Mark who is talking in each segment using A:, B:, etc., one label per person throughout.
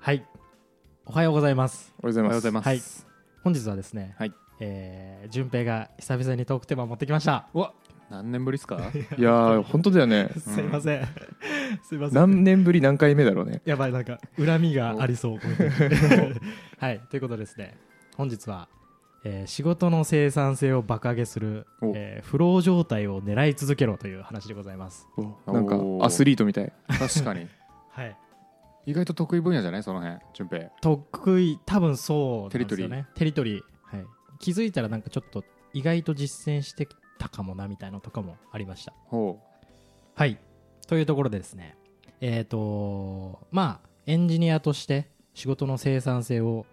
A: はい。おはようございます。
B: おはようございます。
A: はい。本日はですね、
B: はい
A: えー、順平が久々にトークテーマ持ってきました。わ、
C: 何年ぶりですか
B: いやー、本当だよね。
A: すいません。 すいません。
B: 何年ぶり何回目だろうね。
A: やばい、なんか恨みがあり そう。こういう時はい、ということでですね、本日は、えー仕事の生産性を爆上げする、
B: お
A: えー、不労状態を狙い続けろという話でございます。
B: なんか
C: おー
B: アスリートみたい。
C: 確かに
A: はい。
C: 意外と得意分野じゃないその辺順平
A: 得意、多分そうなんですよね。テリトリー。はい。気づいたらなんかちょっと意外と実践してきたかもなみたいなのとかもありました。
C: ほ
A: はい。というところでですね、えっ、と、まあ、エンジニアとして仕事の生産性を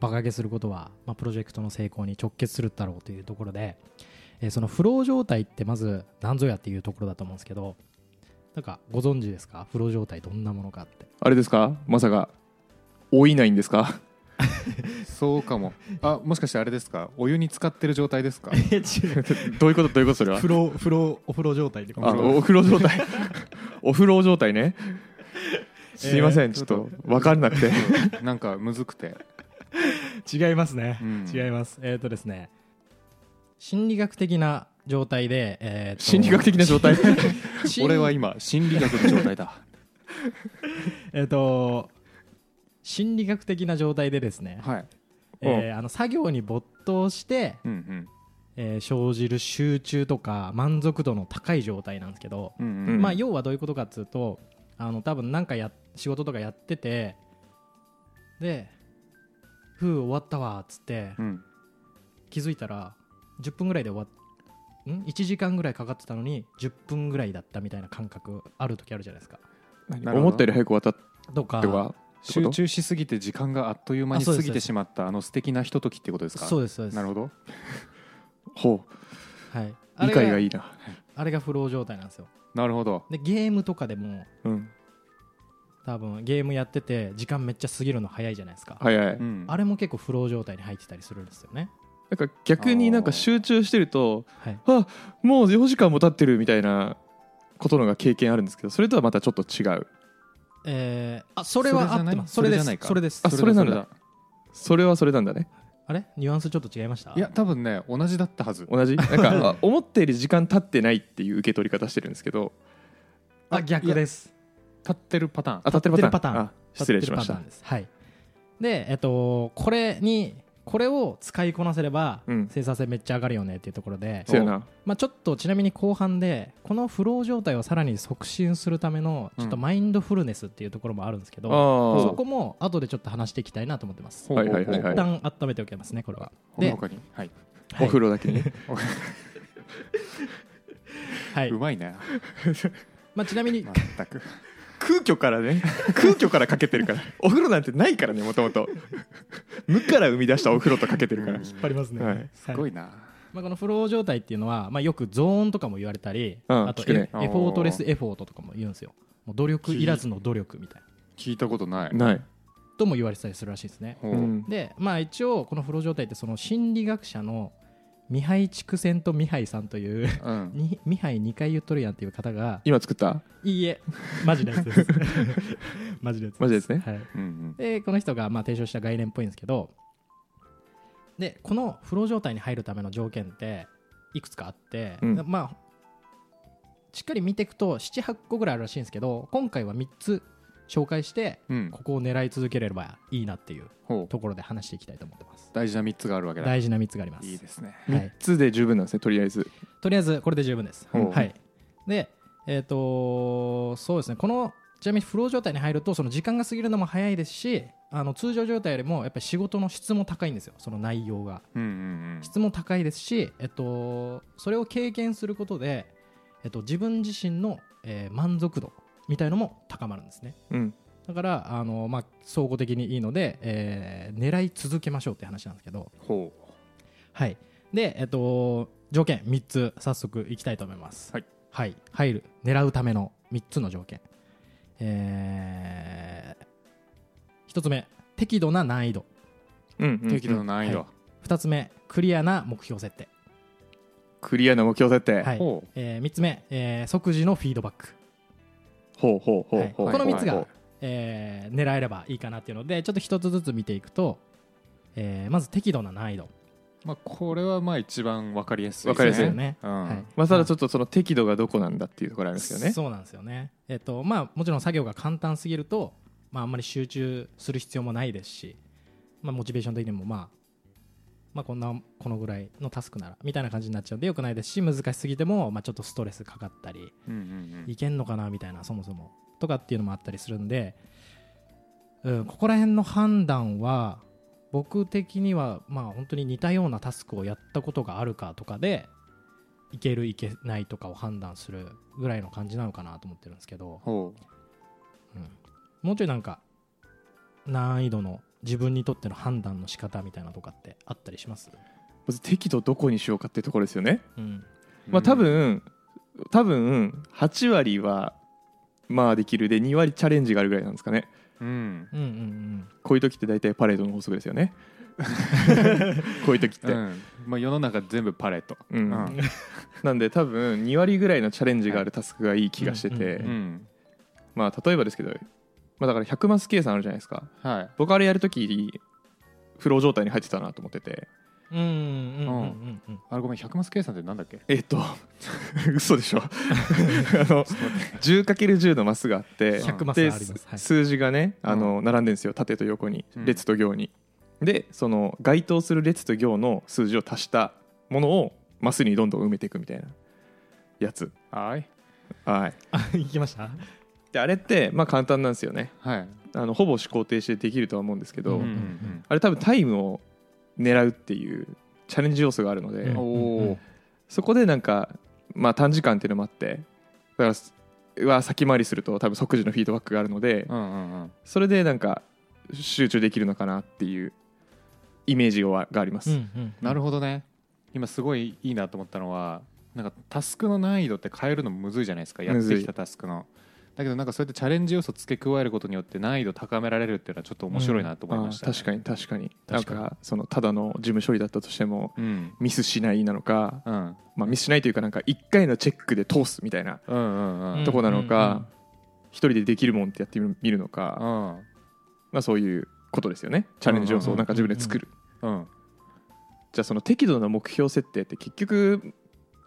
A: 馬鹿げすることは、まあ、プロジェクトの成功に直結するだろうというところで、えーそのフロー状態ってまず何ぞやっていうところだと思うんですけど、なんかご存知ですかフロー状態どんなものかって。
B: あれですかまさか、老いないんですか
C: うそうかもあもしかしてあれですかお湯に浸かってる状態ですか
A: え、違う。
B: どういうことどういうことそれは。
A: ロー、フロー、お風呂状態って
B: あお風呂状態。 お風呂状態ね。すいません、ちょっと分かんなく て。
C: なんかむずくて、
A: 違いますね
C: うん
A: 違います。えっ、とですね、心理学的な状態で、えーと
B: 心理学的な状態。
A: 心
C: 俺は今心理学の状態だ
A: えっ、と心理学的な状態でですね、
C: はい
A: えーあの作業に没頭して、
C: うん
A: えー生じる集中とか満足度の高い状態なんですけど、
C: うんうん
B: うん
A: まあ要はどういうことかっつうとあの多分なんかや仕事とかやっててで「ふう終わったわ」っつって
C: うん
A: 気づいたら10分ぐらいで終わっん1時間ぐらいかかってたのに10分ぐらいだったみたいな感覚ある時あるじゃないですか。
C: なるほど
B: 思ったより早く渡っ
A: とか
B: ては。
C: 集中しすぎて時間があっという間
A: あ
C: に
A: そうで
C: 過
A: す
C: ぎてしまったあの素敵なひとときってことですか
A: そう
C: う
A: ですそうです。
C: なるほど
B: ほ
A: はい、
B: う、理解
A: あれ
B: がいいな。
A: あれがフロー状態なんですよ
C: なるほど
A: でゲームとかでも
B: うん。
A: 多分ゲームやってて時間めっちゃ過ぎるの早いじゃないですか、
B: 早い。
C: うん
A: あれも結構フロー状態に入ってたりするんですよね
B: なんか逆になんか集中してると
A: はい
B: あもう4時間も経ってるみたいなことのが経験あるんですけどそれとはまたちょっと違う
A: えー、あそれは
C: そ
A: 合っ
C: れじゃな
A: て
C: い
A: ますそれで
C: それじゃ
A: す
C: ないか
A: それです
B: あ
A: あ
B: それなんだそれはそれなんだね
A: れニュアンスちょっと違いました
C: いや多分ね同じだったはず
B: 同 じなんかあ思ったより時間経ってないっていう受け取り方してるんですけど
A: あ逆です
C: 立ってるパターン
B: 当たってるパターン
A: 立ってるパターン
B: あ失礼しまし
A: 立ってるパター
B: た
A: ンですはいでえっとこれにこれを使いこなせれば、
B: うん
A: 生産性めっちゃ上がるよねっていうところで、
B: そうやな
A: まあ、ちょっとちなみに後半でこのフロー状態をさらに促進するためのちょっとマインドフルネスっていうところもあるんですけど、
B: あー
A: そこも後でちょっと話していきたいなと思ってます。
C: ほう
B: はいはいはいはい
A: 一旦温めておきますね、これは。
C: ほ
A: で
C: の、かにはい
B: お風呂だけに
C: 。
B: ね
A: はいう
C: まいね
A: まあ、ちなみに、
C: 全く
B: 空虚からね空虚からかけてるからお風呂なんてないからねもともと無から生み出したお風呂とかけてる から
A: 引っ張りますね。
B: はい
A: は
C: す
A: い
C: ごいな
A: まあ、このフロー状態っていうのは、まあ、よくゾーンとかも言われたり、
B: うん
A: あと
B: 聞
A: エ,、
B: くね
A: フォートレスエフォートとかも言うんですよ。もう努力いらずの努力みたいな。
C: 聞いたことない
B: ない
A: とも言われてたりするらしいですね。
C: ほう
B: うん
A: で、まあ、一応、このフロー状態って、その心理学者のミハイ・チクセンとミハイさんという、
C: うん
A: にミハイ2回言っとるやんっていう方が、
B: 今作った
A: いいえ、マジのやつ です。マジのやつ
B: マジですね
A: はい
C: うん
A: でこの人がまあ提唱した概念っぽいんですけどでこのフロー状態に入るための条件っていくつかあって、
B: うん
A: まあしっかり見ていくと78個ぐらいあるらしいんですけど今回は3つ紹介して
C: うんうん
A: ここを狙い続ければいいなっていう
C: ほう
A: ところで話していきたいと思ってます
C: 大事な三つがあるわけだ
A: 大事な3つがあります
C: いいですね
A: はい
B: 3つで十分なんですねとりあえず
A: とりあえずこれで十分です。
C: ほう
A: はい、で、えっ、とそうですね、このちなみにフロー状態に入ると、その時間が過ぎるのも早いですし、あの通常状態よりもやっぱり仕事の質も高いんですよ、その内容が。
C: うんうん
A: 質も高いですし、えっと、それを経験することで、えっと、自分自身の、えー満足度みたいのも高まるんですね。
B: うん
A: だから、あのまあ、総合的にいいので、えー狙い続けましょうって話なんですけど、
C: うんほ
A: はい。で、えっと、条件3つ、早速いきたいと思います。
C: はい。
A: はい。入る、狙うための3つの条件。えー、1つ目、適度な難易度。
B: うんう
C: うん適度な難易度
A: 2つ目、クリアな目標設定。
B: クリアな目標設定
A: はい。
C: ほう
A: えー、3つ目、えー即時のフィードバック。
B: ほうほうほうほう
A: はいこの
B: ほう
A: 3つが、えー狙えればいいかなっていうのでちょっと一つずつ見ていくと、えーまず適度な難易度
C: まあこれはまあ一番わかりやすい
B: わかりやすい
A: よね
C: うん
A: はい
B: まあ、ただちょっとその適度がどこなんだっていうところあるんですよね。
A: そうなんですよね。えっとまあ、もちろん作業が簡単すぎると、まあ、あんまり集中する必要もないですし、まあ、モチベーション的にも、まあ、まあこんなこのぐらいのタスクならみたいな感じになっちゃうんでよくないですし難しすぎても、まあ、ちょっとストレスかかったり
C: うんうんうん
A: いけんのかなみたいなそもそもとかっていうのもあったりするんで、うん、ここら辺の判断は僕的にはまあ本当に似たようなタスクをやったことがあるかとかでいけるいけないとかを判断するぐらいの感じなのかなと思ってるんですけど、
C: ほ
A: うん、もうちょいなんか難易度の自分にとっての判断の仕方みたいなとかってあったりします、
B: まず適度どこにしようかっていうところですよね。
A: うん
C: う
B: まあ、多分、多分8割はまあできるで2割チャレンジがあるぐらいなんですかね。
C: うん
A: うんうんうん
B: こういう時って大体パレードの法則です よね。こういう時っ
C: う
B: て。
C: んまあ世の中全部パレット
B: う
C: うんん
B: なんで多分2割ぐらいのチャレンジがあるタスクがいい気がしてて、
A: うん
C: うん
B: まあ例えばですけど、まあ、だから100マス計算あるじゃないですか
C: はい
B: 僕あれやるときフロー状態に入ってたなと思ってて
A: うんうんうんうんうん
C: あれごめん100マス計算ってなんだっけ
B: えっと 嘘でしょ あの 10×10 のマスがあって
A: 100マス
B: で
A: ありますはい
B: 数字がねあの並んでるんですよ縦と横に
C: うん
B: 列と行に、でその該当する列と行の数字を足したものをマスにどんどん埋めていくみたいなやつ
C: はい
B: はい
A: あ 行きました
B: であれってまあ簡単なんですよね
C: はい
B: あのほぼ思考停止でできるとは思うんですけど、
A: うん
B: あれ多分タイムを狙うっていうチャレンジ要素があるので、
A: うん
C: おお
B: そこでなんか、まあ、短時間っていうのもあってだからすうわ先回りすると多分即時のフィードバックがあるので、
C: うんうんうん
B: それでなんか集中できるのかなっていうイメージはがあります。
A: うんうん
C: なるほどね今すごいいいなと思ったのはなんかタスクの難易度って変えるのむずいじゃないですかやっ
B: むずい
C: てきたタスクのだけどなんかそうやってチャレンジ要素付け加えることによって難易度高められるっていうのはちょっと面白いなと思い
B: あ
C: ま
B: あ
C: したね、
B: 確かに確かに
A: 確かに
B: なんかそのただの事務処理だったとしても
C: うん
B: ミスしないなのか、
C: うん
B: まあ、ミスしないというかなんか1回のチェックで通すみたいな
C: うんうんうん
B: とこなのか一人でできるもんってやってみる見るのか、
C: うん
B: まあ、そういうことですよねチャレンジ要素をなんか自分で作る、
C: うん
B: じゃあその適度な目標設定って結局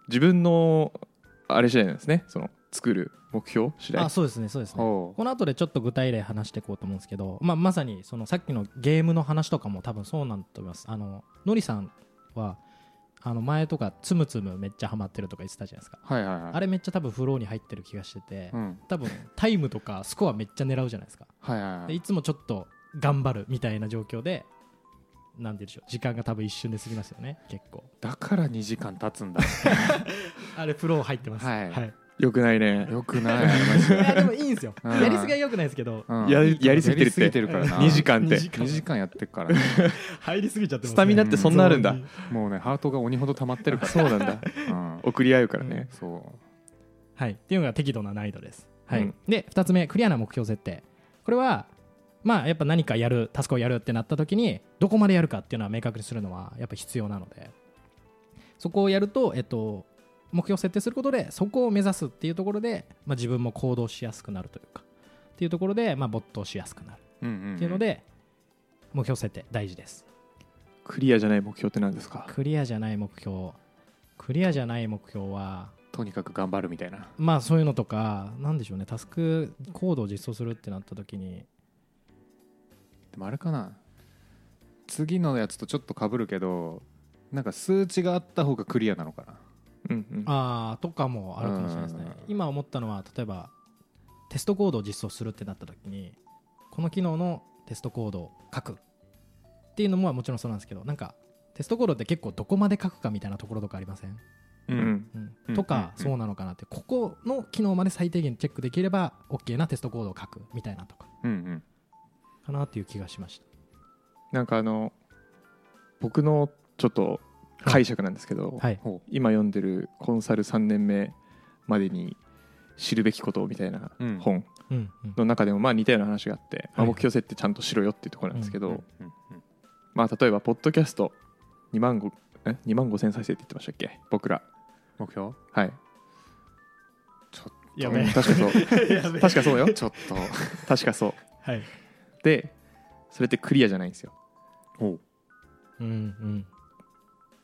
B: 自分のあれ次第なんですねその作る目標次第
A: あそうですねそうですね
C: ほ
A: この後でちょっと具体例話していこうと思うんですけど、まあ、まさにそのさっきのゲームの話とかも多分そうなんだと思いますあののりさんはあの前とかつむつむめっちゃハマってるとか言ってたじゃないですか
C: うはいはいはい
A: あれめっちゃ多分フローに入ってる気がしてて、
C: うん
A: 多分タイムとかスコアめっちゃ狙うじゃないですか
C: はいはいは
A: で
C: い
A: いつもちょっと頑張るみたいな状況でなんて言うんでしょう時間が多分一瞬で過ぎますよね結構
C: だから2時間経つんだ
A: あれフロー入ってます
C: はい
B: よくないね
C: よくないマジ
A: い
C: で
A: やでもいいんですよ
C: うん
A: やりすぎはよくないですけど
C: うん
B: やりやりすぎてるっ
C: やり
B: て
C: すぎてるからな
B: 2時間っ
A: 二
B: て
A: 時
C: 2時間やってるから ね
A: 入りすぎちゃってますね
B: スタミナってそんなあるんだ
C: もうねハートが鬼ほど溜まってるから
B: そうなんだ
C: うん
B: 送り合うからね、
C: そう
A: はい、っていうのが適度な難易度です、はい
B: うん
A: で2つ目クリアな目標設定これはまあやっぱ何かやるタスクをやるってなった時にどこまでやるかっていうのは明確にするのはやっぱ必要なのでそこをやると、えっと、目標を設定することでそこを目指すっていうところで、まあ、自分も行動しやすくなるというかっていうところで、まあ、没頭しやすくなる
C: うんうんん
A: っていうので、目標設定大事です
B: クリアじゃない目標って何ですか
A: クリアじゃない目標クリアじゃない目標は
C: とにかく頑張るみたいな
A: まあそういうのとかなんでしょうねタスクコードを実装するってなった時に
C: でもあれかな次のやつとちょっとかぶるけどなんか数値があった方がクリアなのかな
B: うんうん
A: あーとかもあるかもしれないです
C: うん
A: ね今思ったのは例えばテストコードを実装するってなった時にこの機能のテストコードを書くっていうのももちろんそうなんですけどなんかテストコードって結構どこまで書くかみたいなところとかありません、
B: うんうん
A: うん
C: うん
A: とか
C: うんうん
A: そうなのかなってここの機能まで最低限チェックできれば OK なテストコードを書くみたいなとか
C: うんうん
A: かなっていう気がしました
B: なんかあの僕のちょっと解釈なんですけど、
A: はい
C: ほ
B: 今読んでるコンサル3年目までに知るべきことみたいな
C: うん
B: 本
A: うんうん
B: の中でもまあ似たような話があって、
A: は
B: まあ
A: い
B: 目標設定ちゃんとしろよっていうところなんですけ
C: う
B: ど、
C: うんうん
B: まあ、例えばポッドキャスト2万5え2万5千再生って言ってましたっけ僕ら
C: 目標
B: はい
A: やべえ
B: 確 かそう
A: やべえ
B: 確かそうよ
C: ちょっ と
B: 確かそう
A: はい
B: でそれってクリアじゃないんですよ
A: うんうん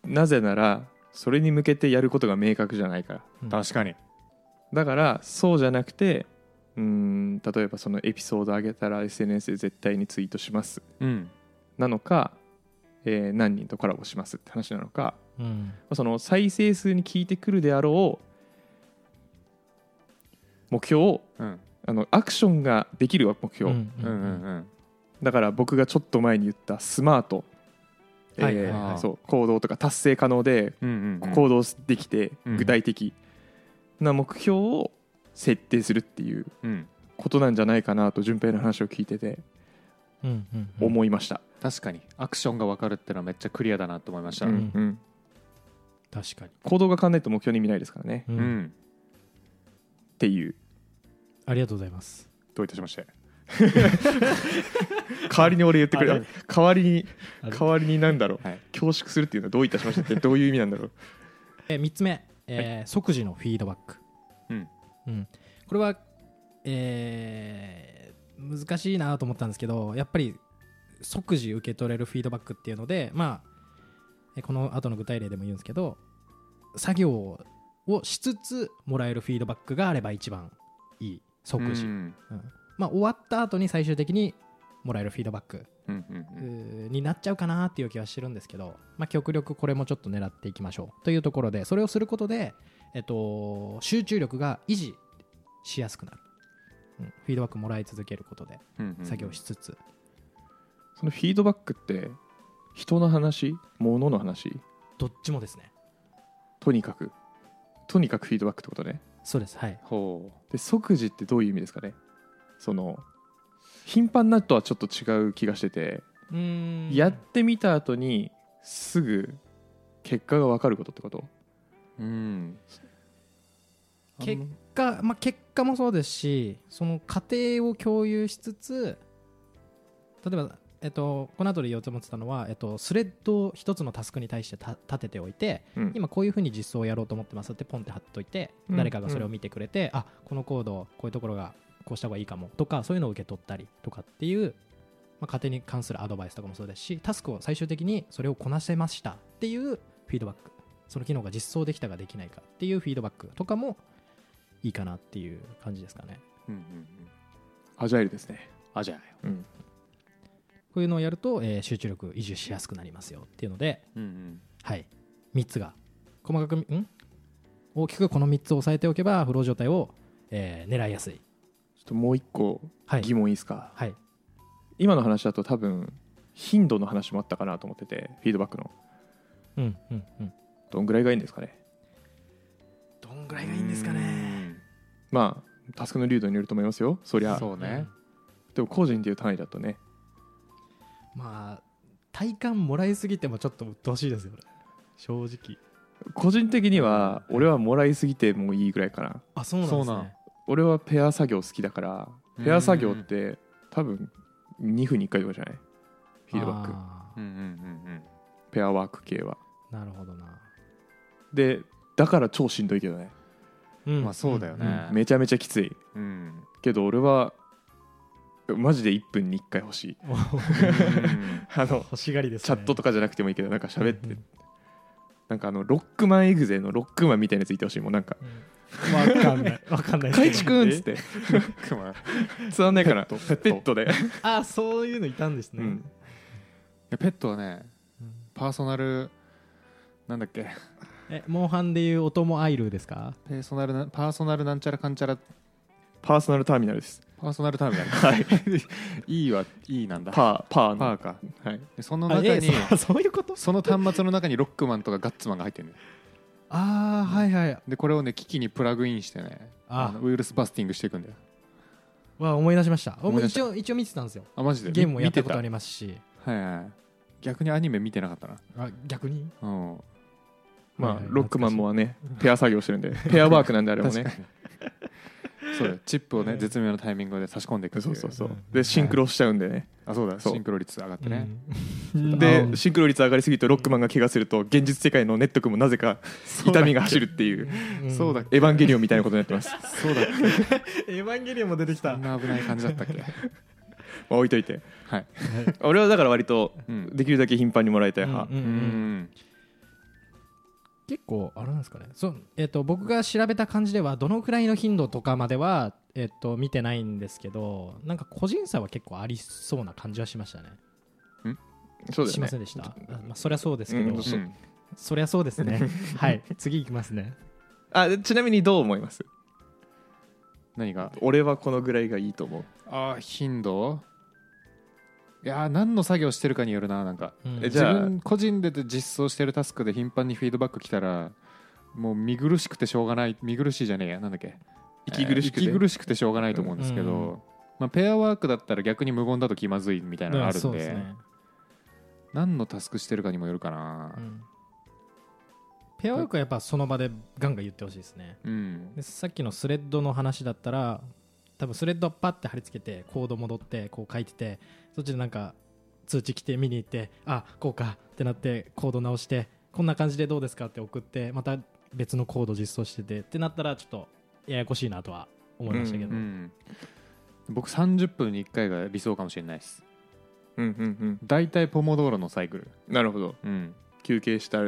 B: なぜならそれに向けてやることが明確じゃないから
A: うん
C: 確かに
B: だからそうじゃなくてうーん例えばそのエピソード上げたら SNS で絶対にツイートします
C: うん
B: なのか、えー何人とコラボしますって話なのか
A: うん
B: その再生数に効いてくるであろう目標を
C: うん
B: あのアクションができる目標、
A: うん
C: うんうんうん
B: だから僕がちょっと前に言ったスマート、えー
A: はいはいはい
B: そう行動とか達成可能で
C: うんうん
B: 行動できて
C: うん
B: 具体的な目標を設定するっていう
C: うん
B: ことなんじゃないかなと順平の話を聞いてて
A: うんうんうん
B: 思いました、
C: 確かにアクションが分かるってのはめっちゃクリアだなと思いました
B: う
C: うんん、
B: うん
A: 確かに
B: 行動が変わんないと目標に見ないですからね、
A: う
C: うんん、
B: っていう
A: ありがとうございます
B: どういたしま して代わりに俺言ってくれ
A: あ
B: た代わりに
A: あれ
B: 代わりになんだろう
C: はい
B: 恐縮するっていうのはどういたしましてってどういう意味なんだろう
A: え3つ目、えー即時のフィードバック、
C: うん
A: うんこれは、えー難しいなと思ったんですけどやっぱり即時受け取れるフィードバックっていうのでまあえこの後の具体例でも言うんですけど作業をしつつもらえるフィードバックがあれば一番いい即時、
C: うん
A: うんまあ終わった後に最終的にもらえるフィードバック
C: うんうん
A: になっちゃうかなっていう気はしてるんですけど、まあ、極力これもちょっと狙っていきましょうというところでそれをすることで、えっと、集中力が維持しやすくなる、うんフィードバックもらい続けることで
C: うんうん
A: 作業しつつ、
B: そのフィードバックって人の話物の話
A: どっちもですね
B: とにかくとにかくフィードバックってことね
A: そうですはい
C: ほ
B: で即時ってどういう意味ですかねその頻繁なとはちょっと違う気がしてて、
A: うーん
B: やってみた後にすぐ結果が分かることってこと
C: ううん
A: 結果、まあ、結果もそうですしその過程を共有しつつ例えば、えっと、この後で言おうと思ってたのは、えっと、スレッドを一つのタスクに対してた立てておいて、
B: うん
A: 今こういうふうに実装をやろうと思ってますってポンって貼っといて、
B: うん
A: 誰かがそれを見てくれて、あこのコードこういうところがこうした方がいいかもとかそういうのを受け取ったりとかっていう、まあ、家庭に関するアドバイスとかもそうですしタスクを最終的にそれをこなせましたっていうフィードバックその機能が実装できたかできないかっていうフィードバックとかもいいかなっていう感じですかね
C: うんうんうん
B: アジャイルですね、
C: あじゃあ
B: うん
A: こういうのをやると、えー集中力維持しやすくなりますよっていうので
C: うんうん
A: はい、3つが細かくん大きくこの3つを押さえておけばフロー状態を、えー狙いやすい、
B: ちょっともう一個
A: はい、
B: 疑問いいですか、
A: はい、
B: 今の話だと多分頻度の話もあったかなと思っててフィードバックの
A: うんうんうん
B: どんぐらいがいいんですかね
A: どんぐら
B: まあタスクの流度によると思いますよそりゃ
C: そうね
B: でも個人でいう単位だとね
A: まあ体感もらいすぎてもちょっと鬱陶しいですよ俺正直
B: 個人的には俺はもらいすぎてもいいぐらいかな
A: あそうなんですね
B: 俺はペア作業好きだから
C: うん
B: ペア作業って多分2分に1回とかじゃないフィードバック
A: あ
C: うんうんうん
B: ペアワーク系は
A: ーなるほどな、
B: でだから超しんどいけどね
A: うん
C: まあそうだよね
A: ん
B: めちゃめちゃきつい
C: うんうん
B: けど俺はマジで1分に1回欲しい
A: うん
B: あの
A: 欲しがりです、ね、
B: チャットとかじゃなくてもいいけどなんか喋っ
A: う
B: て、
A: んうん
B: なんかあのロックマンエグゼのロックマンみたいなやついてほしいもうなんか
A: うんわかんないわかんない
B: 「海地くん」っつって
C: クマ
B: 伝わんないかなペットで、
A: ああそういうのいたんです
B: う
A: ね、
B: ん、
C: ペットはね
A: うん
C: パーソナルなんだっけ
A: えモンハンでいうお供アイルですか
C: ペーソナルなパーソナルなんちゃらかんちゃら
B: パーソナルターミナルです
C: パーソナルターミナル
B: はい
C: いいはいいなんだ
B: パーパーの
C: パーか
B: はい、
C: でその
A: あ
C: 中
A: え
C: に
A: そそういうこと
C: その端末の中にロックマンとかガッツマンが入ってるね
A: ああはいはい
C: でこれをね機器にプラグインしてね
A: あ
C: のウイルスバスティングしていくんだよ
A: わ思い出しました
C: 思い出し
A: 一応一応見てたんですよ
C: あマジで
A: ゲームもやったことあ
C: 見
A: りますして
C: たはいはい逆にアニメ見てなかったな
A: あ逆に
C: うん
B: まあ、
A: はいはい
B: ロックマンもはねペア作業してるんでペアワークなんであれも
C: 確か
B: ね
C: にそうだよチップを
A: う
C: ね
A: ん
C: 絶妙なタイミングで差し込んでいくって
B: そ
C: い
B: うそうそう
A: うん
B: でシンクロしちゃうんでね、
C: あそうだ
B: そう
C: シンクロ率上がってね、
A: うん
B: で
A: あ
B: シンクロ率上がりすぎるとロックマンが怪我すると現実世界のネット君もなぜか痛みが走るっていう
A: ん
C: そうだっ
B: エヴァンゲリオンみたいなことになってます
C: そうだっけ
A: エヴァンゲリオンも出てき
C: そんな危ない感じだったっけ
B: まあ置いといて
C: はい
B: 俺はだから割と
C: うん
B: できるだけ頻繁にもらいたい派、
A: うんうん
C: う
A: うん
C: ん
A: 結構あれなんですかねそう、えっと僕が調べた感じではどのくらいの頻度とかまでは、えっと見てないんですけどなんか個人差は結構ありそうな感じはしましたね
B: そうだ
A: し
B: よ
A: ま
B: ね
A: せんでしたあまあ、そりゃそうですけど、
B: うん
C: う
B: そ
C: ん
A: そりゃそうですねはい次いきますね
B: あでちなみにどう思います
C: 何が
B: 俺はこのぐらいがいいと思う、
C: あー頻度いやー何の作業してるかによるななんか、
A: うん
B: えじ
C: 自
B: ゃあ
C: 分個人で実装してるタスクで頻繁にフィードバック来たらもう見苦しくてしょうがない見苦しいじゃねえやなんだっけ
B: 息苦しくて
C: えー息苦しくてしょうがないと思うんですけど、
A: うん
C: まあ、ペアワークだったら逆に無言だと気まずいみたいなのがあるんで,、
A: そうですね、
C: 何のタスクしてるかにもよるかな
A: うんペアワークはやっぱその場でガンガン言ってほしいですね
C: うん、
A: でさっきのスレッドの話だったら多分スレッドパッて貼り付けてコード戻ってこう書いててそっちでなんか通知来て見に行ってあこうかってなってコード直してこんな感じでどうですかって送ってまた別のコード実装しててってなったらちょっとややこしいなとは思いましたけど、
B: う
C: うん僕30分に1回が理想かもしれないです
B: うんうん
C: 大体ポモドーロのサイクル、
B: うん、なるほど
C: うん
B: 休憩した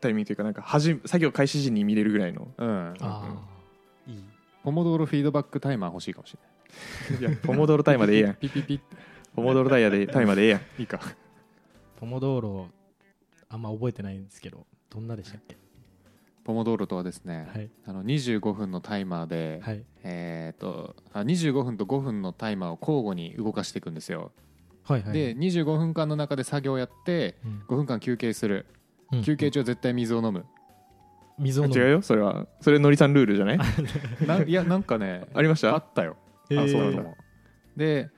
B: タイミングというかなんかはじ作業開始時に見れるぐらいの
C: う
A: あ
C: ん、
A: あいい
C: ポモドーロフィードバックタイマー欲しいかもしれない
B: いやポモドロタイマーでええやん
C: ピピピ
B: ポモドロタイヤでタイマーでええやん
C: い いか
A: ポモ道路あんま覚えてないんですけどどんなでしたっけ
C: ポモドーロとはですね、
A: はい
C: あの25分のタイマーで、
A: はい
C: えー、とあ25分と5分のタイマーを交互に動かしていくんですよ、
A: はいはい
C: で25分間の中で作業をやって
A: うん
C: 5分間休憩する
A: うん
C: 休憩中は絶対水 を飲む、
A: 水を飲む
B: 違うよそれはそれのりさんルールじゃない
C: ないやなんかね
B: ありました
C: あったよ、
A: えー
C: あそうなので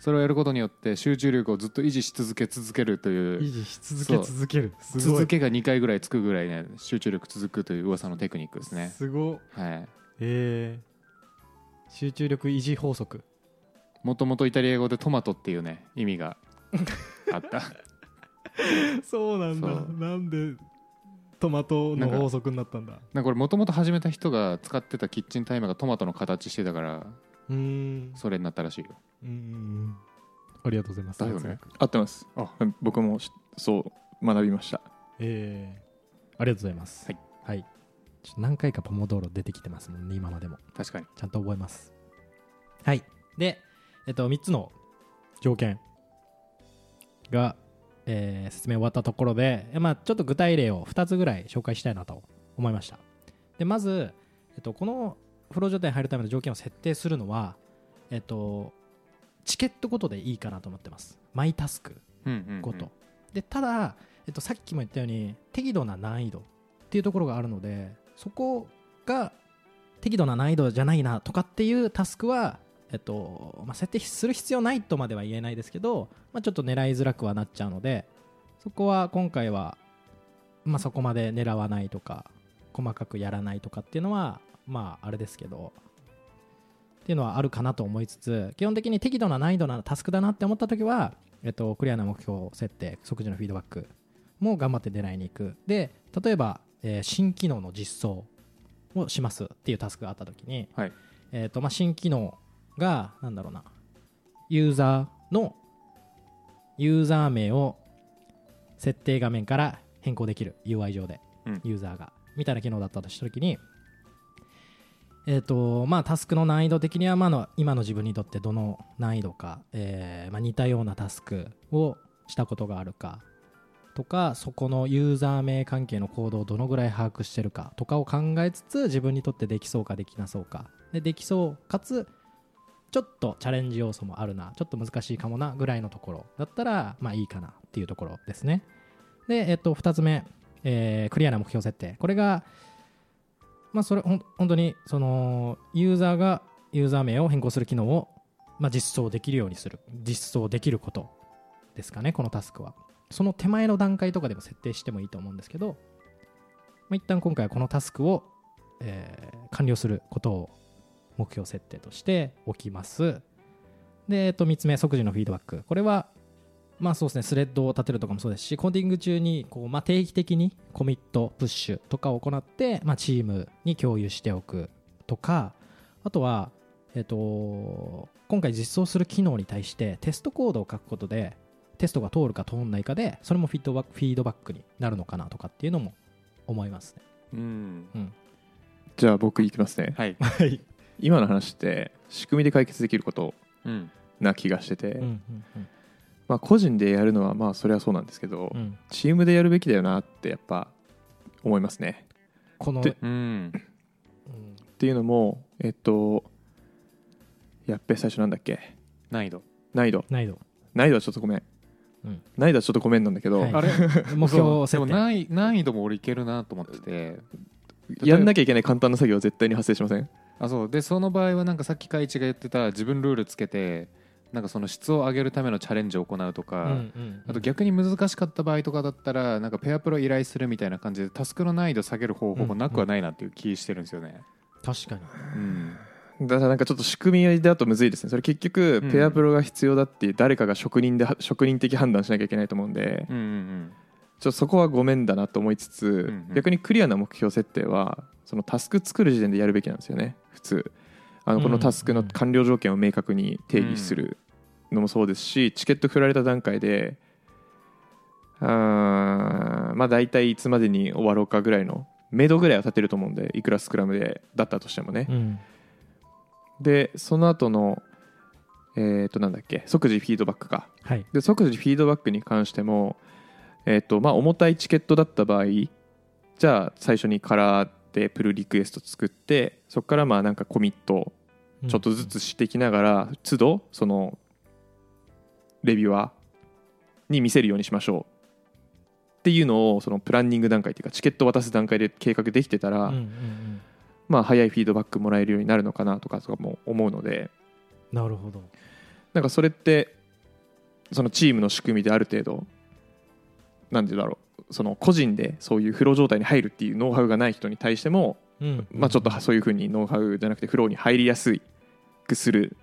C: それをやることによって集中力をずっと維持し続け続けるとい
A: 維
C: う
A: 持し続け
C: そう
A: 続けるすごい
C: 続けが2回ぐらいつくぐらいね集中力続くという噂のテクニックですね
A: すごっ
C: はい
A: えー集中力維持法則
C: もともとイタリア語でトマトっていうね意味が あった
A: そうなん
C: だそう
A: なんでトマト
C: の法
A: 則になったんだ
C: なんかこれもともと始めた人が使ってたキッチンタイマーがトマトの形してたから
A: うーん
C: それになったらしいよ
A: うんうんうんありがとうございます
C: だよ
A: 脱
C: ね
A: 落
B: 合ってます
C: あ
B: うん僕もしそう学びました
A: えーありがとうございます
C: はい、
A: はい、ちょっと何回かポモドーロ出てきてますもんね今までも
C: 確かに
A: ちゃんと覚えますはいで、えっと、3つの条件が、えー説明終わったところで、えまあ、ちょっと具体例を2つぐらい紹介したいなと思いましたでまず、えっと、このフロー状態に入るための条件を設定するのは、えっと、チケットごとでいいかなと思ってますマイタスク
C: うんうんうん
A: ごと、でただ、えっと、さっきも言ったように適度な難易度っていうところがあるのでそこが適度な難易度じゃないなとかっていうタスクは、えっとまあ、設定する必要ないとまでは言えないですけど、まあ、ちょっと狙いづらくはなっちゃうのでそこは今回は、まあ、そこまで狙わないとか細かくやらないとかっていうのはまああれですけどっていうのはあるかなと思いつつ基本的に適度な難易度なタスクだなって思った時は、えっと、クリアな目標設定即時のフィードバックも頑張って狙いに行くで例えば、えー新機能の実装をしますっていうタスクがあった時に、
C: はい
A: えっとまあ、新機能がなんだろうなユーザーのユーザー名を設定画面から変更できる UI 上で、
C: うん
A: ユーザーがみたいな機能だったとした時にえっ、とまあタスクの難易度的には、まああの、今の自分にとってどの難易度か、えーまあ、似たようなタスクをしたことがあるかとかそこのユーザー名関係の行動をどのぐらい把握してるかとかを考えつつ自分にとってできそうかできなそうかでできそうかつちょっとチャレンジ要素もあるなちょっと難しいかもなぐらいのところだったらまあいいかなっていうところですねで、えっと、2つ目、えークリアな目標設定これがまあそれほん本当にそのユーザーがユーザー名を変更する機能を、まあ、実装できるようにする実装できることですかねこのタスクはその手前の段階とかでも設定してもいいと思うんですけど、まあ、一旦今回はこのタスクを、えー完了することを目標設定としておきますで、えっと、3つ目即時のフィードバックこれはまあそうですねスレッドを立てるとかもそうですしコーディング中にこう、まあ、定期的にコミットプッシュとかを行って、まあ、チームに共有しておくとかあとは、えっと、今回実装する機能に対してテストコードを書くことでテストが通るか通んないかでそれもフィードバックフィードバックになるのかなとかっていうのも思いますね。
C: うん
B: じゃあ僕いきますね
C: はい
A: はい、
B: 今の話って仕組みで解決できること
C: うん
B: な気がしてて、
A: うんうんうん
B: まあ、個人でやるのはまあそれはそうなんですけど、
A: うん、
B: チームでやるべきだよなってやっぱ思いますね
A: この、
B: で
C: う
A: う
C: ん
A: ん
B: っていうのもえっとやっべ最初なんだっけ
C: 難易度
B: 難易度
A: 難易度
B: 難易度はちょっとごめん、
A: うん
B: 難易度はちょっとごめんなんだけど、
A: はい
C: あれ
A: 目標
C: そう
A: 設
C: でも
A: 定
C: 難易難易度も俺いけるなと思ってて
B: やんなきゃいけない簡単な作業は絶対に発生しません
C: あそうでその場合はなんかさっき海一が言ってた自分ルールつけてなんかその質を上げるためのチャレンジを行うと
A: う
C: か、
A: んうんうん
C: あと逆に難しかった場合とかだったらなんかペアプロ依頼するみたいな感じでタスクの難易度下げる方法もなくはないなっていう気してるんですよね。
A: 確かに
C: うん
B: だからなんかちょっと仕組みだとむずいですねそれ結局
C: うん
B: ペアプロが必要だって誰かが職人で職人的判断しなきゃいけないと思うんで
C: うんうん
B: ちょっとそこはごめんだなと思いつつ、
C: うん
B: 逆にクリアな目標設定はそのタスク作る時点でやるべきなんですよね普通あのこのタスクの完了条件を明確に定義するのもそうですし、チケット振られた段階であーまあ大体いつまでに終わろうかぐらいの目処ぐらいは立てると思うんでいくらスクラムでだったとしてもね、
A: うん
B: でその後のえっ、となんだっけ即時フィードバックか
A: はい
B: で即時フィードバックに関しても、えっとまあ、重たいチケットだった場合じゃあ最初にカラーでプルリクエスト作ってそこからまあなんかコミットをちょっとずつしていきながら、都度そのレビュアーに見せるようにしましょうっていうのをそのプランニング段階っていうかチケット渡す段階で計画できてたら、
A: うんうんうん
B: まあ、早いフィードバックもらえるようになるのかなとかとかも思うので。
A: なるほど
B: なんかそれってそのチームの仕組みである程度なんでだろうその個人でそういうフロー状態に入るっていうノウハウがない人に対しても、
A: うん
B: まあ、ちょっとそういうふうにノウハウじゃなくてフローに入りやすくする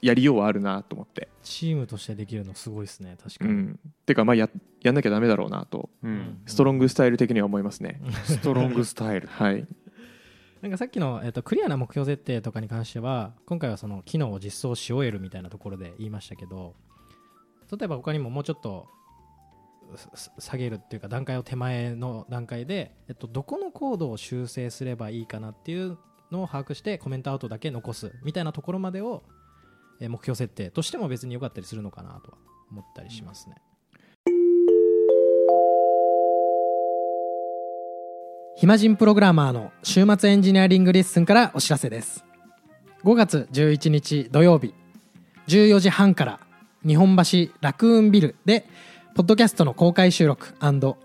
B: やりようはあるなと思って、
A: チームとしてできるのすごいですね確か
B: う
A: に、
B: ん、てかまあややんなきゃダメだろうなと
C: うんうん
B: ストロングスタイル的には思いますね、
C: ストロングスタイル
B: はい
A: なんかさっきの、えっとクリアな目標設定とかに関しては今回はその機能を実装し終えるみたいなところで言いましたけど例えば他にももうちょっとすす下げるっていうか段階を手前の段階で、えっと、どこのコードを修正すればいいかなっていうのを把握してコメントアウトだけ残すみたいなところまでを、えー目標設定としても別に良かったりするのかなとは思ったりしますね。暇人プログラマーの週末エンジニアリングレッスンからお知らせです5月11日土曜日14時半から日本橋ラクーンビルでポッドキャストの公開収録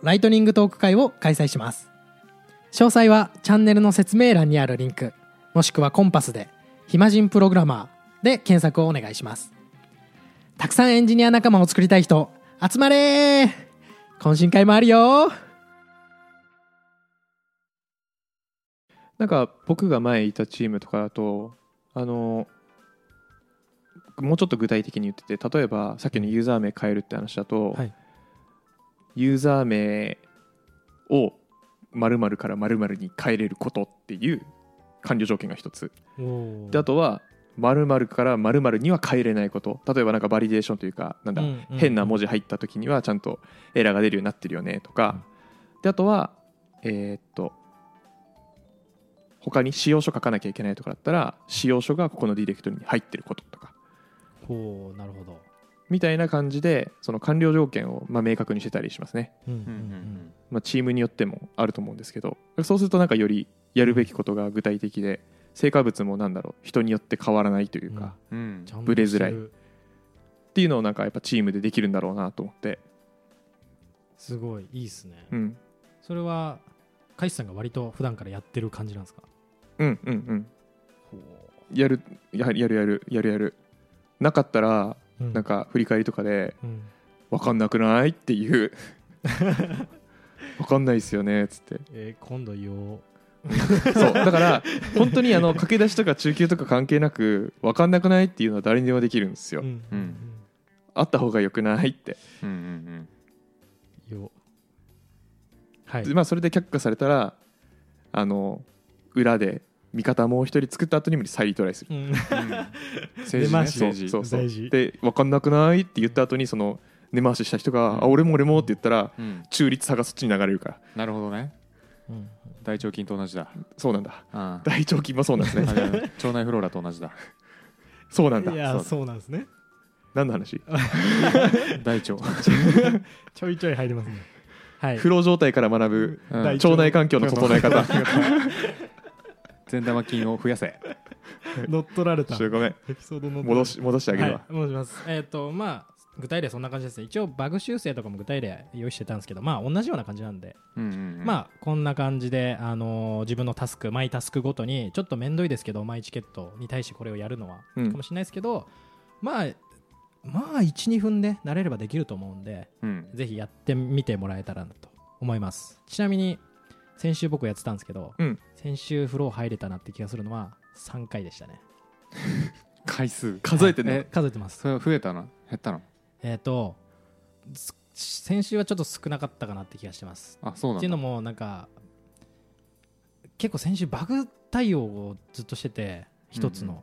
A: ライトニングトーク会を開催します詳細はチャンネルの説明欄にあるリンクもしくはコンパスで「暇人プログラマー」で検索をお願いしますたくさんエンジニア仲間を作りたい人集まれー懇親会もあるよー
B: なんか僕が前いたチームとかだとあのもうちょっと具体的に言ってて例えばさっきのユーザー名変えるって話だと、
A: はい
B: ユーザー名を〇〇から〇〇に変えれることっていう完了条件が一つであとは〇〇から〇〇には変えれないこと例えばなんかバリデーションというかなんだ、
A: うんうん
B: 変な文字入った時にはちゃんとエラーが出るようになってるよねとか、であとはえーっと他に使用書書かなきゃいけないとかだったら使用書がここのディレクトリに入ってることとか
A: ほうなるほど、
B: みたいな感じでその完了条件をまあ明確にしてたりしますね、
A: うんうん
C: うんうん
B: まあ、チームによってもあると思うんですけどそうするとなんかよりやるべきことが具体的で成果物もなんだろう人によって変わらないというか、
A: うん
C: うんうん
A: ちゃんとしてる
B: ブレづらいっていうのをなんかやっぱチームでできるんだろうなと思って、
A: すごいいいですね、
B: うん、
A: それはカイさんが割と普段からやってる感じなんですか
B: うんうんうんやるやはりやるやるやるやるなかったら
A: うん
B: なんか振り返りとかで
A: うん
B: 分かんなくないっ ていう分かんないですよねっつって
A: えー今度言おう
B: そうだから本当にあの駆け出しとか中級とか関係なく分かんなくないっていうのは誰にでもできるんですよ、
A: うん
C: うん
B: あった方がよくないって、
C: うんうん
A: よはい
B: でまあ、それで却下されたらあの裏で味方もう一人作った後にも再リトライする
A: うん
C: うん
A: 出まし
B: そ
A: た
B: うそうそう
A: 大事
B: で分かんなくないって言った後にその根回しした人が「あ俺も俺も」って言ったら
C: うん
B: 中立さがそっちに流れるから
C: なるほどね
A: うん
C: 大腸菌と同じだ
B: そうなんだ
C: ああ
B: 大腸菌もそうなんですね
C: あれ腸内フローラと同 じだ
B: そうなん
A: い
B: だ
A: や
C: そうだ
A: そうなんですね
B: 何の話
C: 大腸
A: ちょいちょい入りますねはい
B: フロー状態から学ぶ
C: うん
A: 大
B: 腸内環境の整え方
C: 善玉菌を増やせ
A: 乗っ取られた
B: ちょごめん
A: エピソード乗っ取られた
B: 戻し戻してあげるわ
A: はい、戻しますえっ、とまあ具体例そんな感じですね一応バグ修正とかも具体例用意してたんですけどまあ同じような感じなんで、
C: ま
A: まあこんな感じで、あのー自分のタスク毎タスクごとにちょっと面倒いですけどマイチケットに対してこれをやるのは、
B: うん
A: かもしれないですけどまあまあ12分で慣れればできると思うんで
C: うん
A: ぜひやってみてもらえたらなと思いますちなみに先週僕やってたんですけど、
B: うん
A: 先週フロー入れたなって気がするのは3回でしたね
C: 回数
B: 数えてんの
C: え
A: 数えてます
C: それは増えたの減ったの
A: えっ、とす先週はちょっと少なかったかなって気がしてます。
C: あそう
A: っ
C: な
A: ていうんの
C: だ
A: もなんか結構先週バグ対応をずっとしてて一つの、
C: うん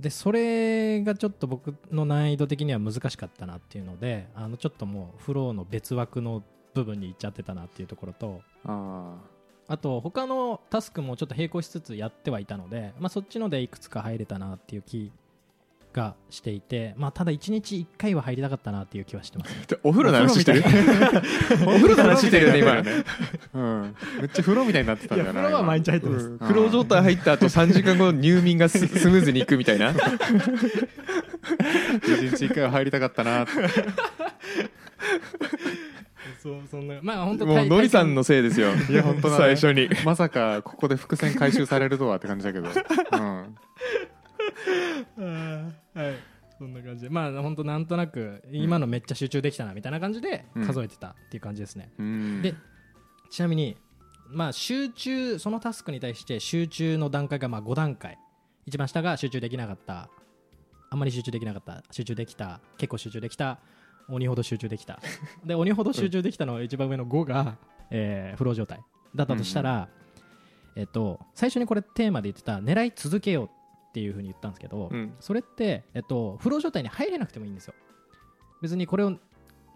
A: でそれがちょっと僕の難易度的には難しかったなっていうのであのちょっともうフローの別枠の部分に行っちゃってたなっていうところと
C: あ
A: あと他のタスクもちょっと並行しつつやってはいたので、まあ、そっちのでいくつか入れたなっていう気がしていて、まあ、ただ1日1回は入りたかったなっていう気はしてます
B: お風呂の話してる
C: あ
B: お風呂の話してるよね今
C: ねうんめっちゃ風呂みたいになってたんだよな今
A: 日入って
B: うんフロー状態入った後3時間後入眠がススムーズにいくみた いな
C: 一日一回は入りたかったなって
A: そうそんなまあ本当
B: もうのりさんのせいですよ
C: いや本当だ
B: 最
C: ね
B: 初に
C: まさかここで伏線回収されるとはって感じだけ ど、うん、
A: はいそんな感じでまあ本当なんとなく今のめっちゃ集中できたなみたいな感じで
C: うん
A: 数えてたっていう感じですね、
C: うん
A: でちなみにまあ集中そのタスクに対して集中の段階がまあ5段階一番下が集中できなかったあんまり集中できなかった集中できた結構集中できた鬼ほど集中できたで鬼ほど集中できたの一番上の5が、えーフロー状態だったとしたら、えっと最初にこれテーマで言ってた狙い続けようっていうふうに言ったんですけど、
B: うん
A: それって、えっと、フロー状態に入れなくてもいいんですよ別にこれを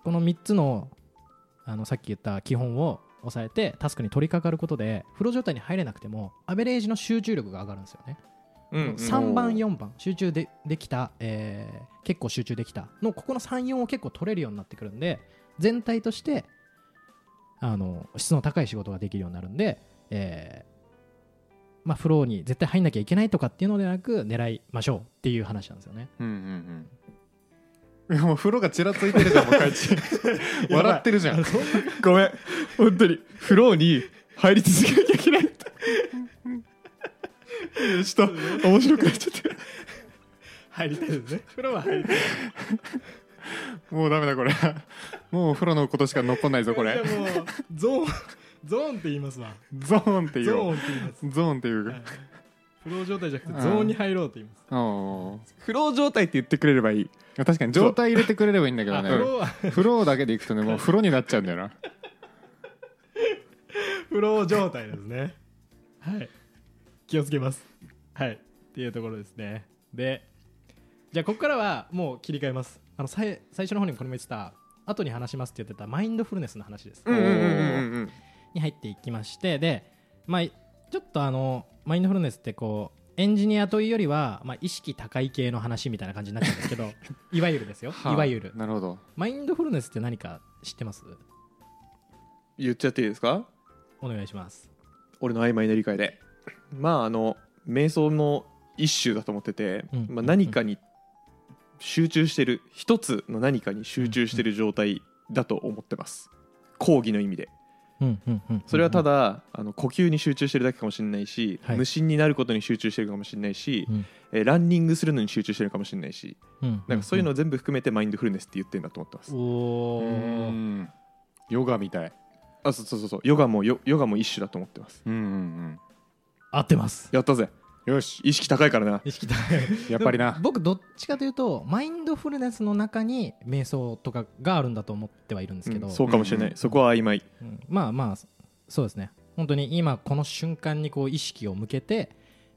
A: この3つのあのさっき言った基本を抑えてタスクに取り掛かることでフロー状態に入れなくてもアベレージの集中力が上がるんですよね
B: うんうん
A: 3番4番集中でできた、えー結構集中できたのここの34を結構取れるようになってくるんで全体としてあの質の高い仕事ができるようになるんで、えーまあ、フローに絶対入んなきゃいけないとかっていうのではなく狙いましょうっていう話なんですよね。
C: うんうんうんいやもう風呂がちらついてるじゃんもう一 回笑ってるじゃ ん
B: ごめん本当にフローに入り続けなきゃいけないってちょっと面白くなっちゃって
A: 入りたいですね。 フローは入りたい。
C: もうダメだこれもうお風呂のことしか残んないぞこれ
A: もうゾーンゾーンって言いますわ。
C: ゾーンっていう
A: って言います。
C: ゾーンっていう
A: フロー状態じゃなく
C: てゾーンに
A: 入ろうと言います。
C: お
B: フロー状態って言ってくれればいい
C: ー確かに状態入れてくれればいいんだけどね
A: ーは
C: 風呂だけでいくとねもう風呂になっちゃうんだよな
A: フロー状態ですねはい気をつけますはいっていうところですねでじゃあここからはもう切り替えますあのさい最初の方にもこれも言ってた後に話しますって言ってたマインドフルネスの話です、
B: うんうんうんうん
A: に入っていきましてで、まあ、ちょっとあのマインドフルネスってこうエンジニアというよりは、まあ、意識高い系の話みたいな感じになっちゃうんですけ どいわゆるですよ、 いわゆる
C: なるほど
A: マインドフルネスって何か知ってます
B: 言っちゃっていいですか
A: お願いします
B: 俺の曖昧な理解でまああの瞑想の一種だと思ってて、
A: うん
B: まあ、何かに集中してる一つの何かに集中してる状態だと思ってます講義の意味でそれはた、だ、あの呼吸に集中してるだけかもしれないし、
A: はい
B: 無心になることに集中してるかもしれないし、
A: うん
B: えーランニングするのに集中してるかもしれないし
A: う
B: なんかそういうのを全部含めてマインドフルネスって言ってるんだと思ってます、
A: お
C: う
A: ー
C: んヨガみたい
B: あそうそうそうそうヨガもヨヨガも一種だと思ってます
C: うんうん
A: 合ってます
B: やったぜ
C: うんよし
B: 意識高いからな
A: 意識高い
C: やっぱり
A: で
C: な
A: も僕どっちかというとマインドフルネスの中に瞑想とかがあるんだと思ってはいるんですけど、
B: うんそうかもしれない、
C: うん
B: そこは曖昧
A: うんまあまあそうですね本当に今この瞬間にこう意識を向けて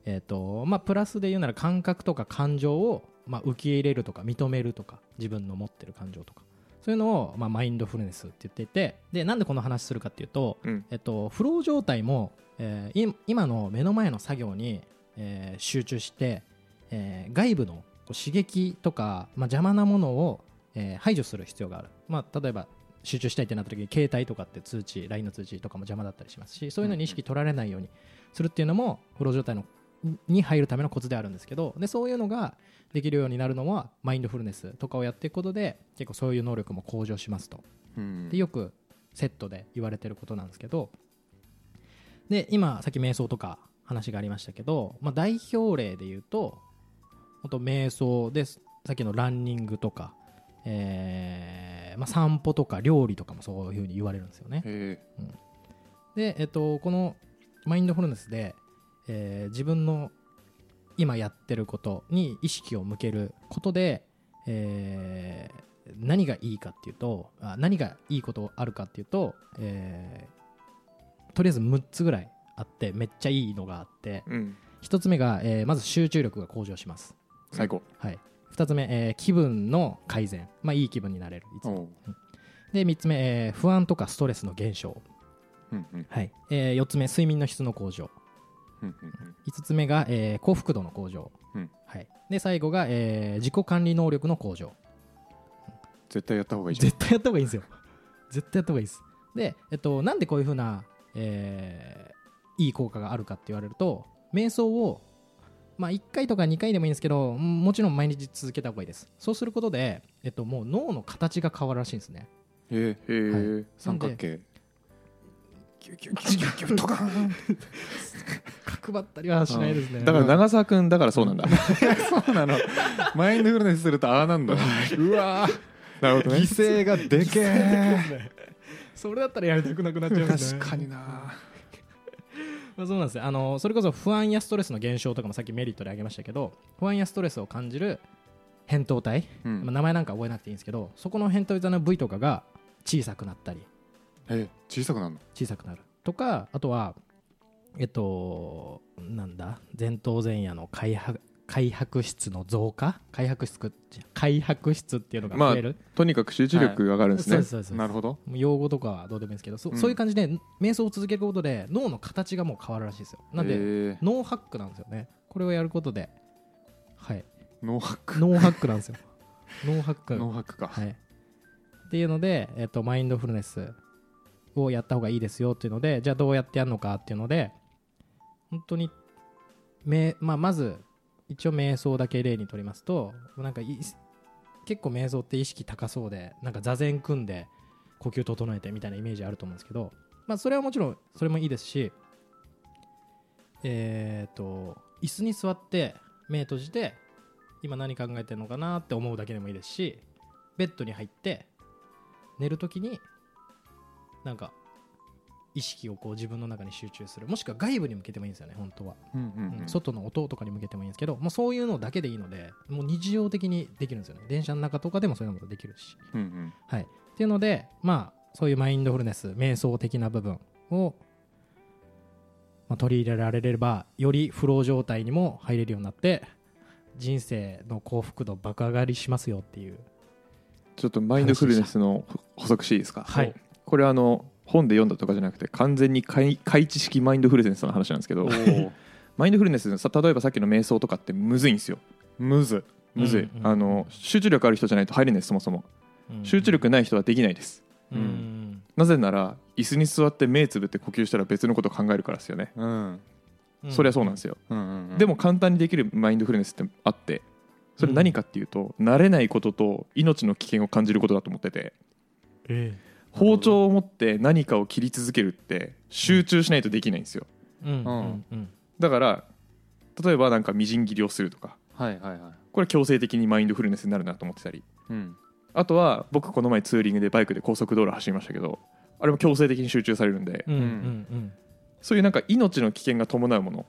A: えっ、とまあプラスで言うなら感覚とか感情をまあ受け入れるとか認めるとか自分の持ってる感情とかそういうのをまあマインドフルネスって言っていてでなんでこの話するかっていうと、
B: うん
A: えっと、フロー状態も、えーい今の目の前の作業に、えー集中して、えー外部のこう刺激とか、まあ、邪魔なものを、えー排除する必要がある、まあ、例えば集中したいってなった時に携帯とかって通知 LINE の通知とかも邪魔だったりしますしそういうのに意識取られないようにするっていうのもフロー状態のに入るためのコツであるんですけどでそういうのができるようになるのはマインドフルネスとかをやっていくことで結構そういう能力も向上しますと
C: うん
A: でよくセットで言われてることなんですけどで今さっき瞑想とか話がありましたけど、まあ、代表例で言うと本当瞑想ですさっきのランニングとか、えーまあ、散歩とか料理とかもそういうふうに言われるんですよね
C: え
A: で、えっと、このマインドフルネスで、えー自分の今やってることに意識を向けることで、えー何がいいかっていうとあ何がいいことあるかっていうと、えーとりあえず6つぐらいあってめっちゃいいのがあって
B: うん
A: 1つ目が、えーまず集中力が向上します、
C: 最高
A: はい、2つ目、えー気分の改善、まあ、いい気分になれるいつ
C: お
A: も
C: う
A: で3つ目、えー不安とかストレスの減少
C: うんうん
A: はいえ4つ目睡眠の質の向上
C: うんうんうん
A: 5つ目が、えー幸福度の向上、
C: うん
A: はい、で最後が、えー自己管理能力の向上
C: 絶対やった方がいいじゃん
A: 絶対やった方がいいんですよ 絶対やった方がいいですで、えっと、なんでこういうふうな、えーいい効果があるかって言われると瞑想を、まあ、1回とか2回でもいいんですけどんもちろん毎日続けた方がいいですそうすることで、えっと、もう脳の形が変わるらしいんですね
C: え
B: へえ、
C: 三角形キュキュキュキュキュとか
A: 角張ったりはしないですね
B: だから長澤君だからそうなんだ
C: そうなのマインドフルネスするとああなんだうわー
B: なるほど
C: 犠
B: ね
C: 牲がでけえ
A: それだったらやりたくなくなっちゃいます
C: 確
A: ね
C: かにな
A: まあ、そうなんですよあのそれこそ不安やストレスの減少とかもさっきメリットで挙げましたけど不安やストレスを感じる扁桃体、
C: うん
A: まあ、名前なんか覚えなくていいんですけどそこの扁桃体の部位とかが小さくなったり
C: え小さくなるの
A: 小さくなるとかあとはえっとなんだ前頭前野の開発開白質の増加開白質開白質っていうのが増える、
B: とにかく集中力が上がるんです
A: そう
B: ね、
A: ですそうですそうです
C: なるほど
A: もう用語とかはどうでもいいんですけどそ,、う
C: うん
A: そういう感じで瞑想を続けることで脳の形がもう変わるらしいですよなんで、
C: えー
A: ノーハックなんですよねこれをやることではい
C: ノーハック
A: ノーハックなんですよノーハック
C: ノーハックか
A: はいっていうので、えっと、マインドフルネスをやった方がいいですよっていうのでじゃあどうやってやるのかっていうので本当にめ、まあ、まず一応瞑想だけ例にとりますとなんかい結構瞑想って意識高そうでなんか座禅組んで呼吸整えてみたいなイメージあると思うんですけど、まあ、それはもちろんそれもいいですしえっ、と椅子に座って目閉じて今何考えてるのかなって思うだけでもいいですしベッドに入って寝るときになんか意識をこう自分の中に集中するもしくは外部に向けてもいいんですよね本当は、
C: うんうんうん
A: 外の音とかに向けてもいいんですけどもうそういうのだけでいいのでもう日常的にできるんですよね電車の中とかでもそういうのもできるし
C: うんうん
A: はい、っていうのでまあそういうマインドフルネス瞑想的な部分を、まあ、取り入れられればよりフロー状態にも入れるようになって人生の幸福度爆上がりしますよっていう
B: ちょっとマインドフルネスの補足していいですか、
A: はい
B: これはあの本で読んだとかじゃなくて完全に開開知式マインドフルネスの話なんですけど
C: おお
B: マインドフルネスさ例えばさっきの瞑想とかってむずいんですよ
C: むず
B: むずい、
A: うんうん
B: あの集中力ある人じゃないと入れないですそもそも集中力ない人はできないです、
A: うんうん
B: なぜなら椅子に座って目つぶって呼吸したら別のことを考えるからですよね、
C: うん
A: うん
B: そりゃそうなんですよ、
C: うんうんうん
B: でも簡単にできるマインドフルネスってあってそれ何かっていうと、慣れないことと命の危険を感じることだと思ってて
A: え
B: 包丁を持って何かを切り続けるって集中しないとできないんですよ
A: えうんうんうん
B: だから例えばなんかみじん切りをするとか
C: はいはいはい
B: これ強制的にマインドフルネスになるなと思ってたり
C: うん
B: あとは僕この前ツーリングでバイクで高速道路走りましたけどあれも強制的に集中されるんで、
A: うんうん
B: そういうなんか命の危険が伴うもの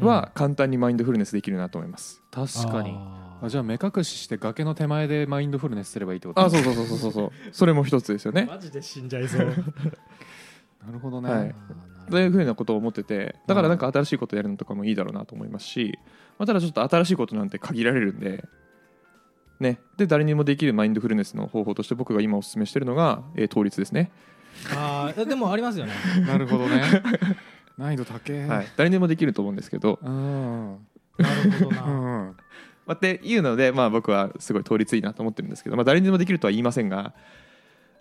A: うん
B: は簡単にマインドフルネスできるなと思います、
C: 確かに
A: あ
C: あじゃあ目隠しして崖の手前でマインドフルネスすればいいってこと
B: あそうそうそうそうそうそう それも一つですよ
A: ー
B: ね
A: マジで死んじゃいそう
C: なるほどね、
B: は
A: あー
B: い
A: なるほ
B: と
A: ど
B: いうふうなことを思っててだからなんか新しいことやるのとかもいいだろうなと思いますし、まあ、ただちょっと新しいことなんて限られるんでねで誰にもできるマインドフルネスの方法として僕が今お勧めしてるのが、えー、倒立ですね、
A: あーでもありますよね
C: なるほどね 難易度高え、
B: はい、誰にもできると思うんですけど、
C: うん
A: なるほど
C: う
A: な、
C: んうん
B: まあ、っていうので、まあ、僕はすごい倒立いいなと思ってるんですけど、まあ、誰にでもできるとは言いませんが、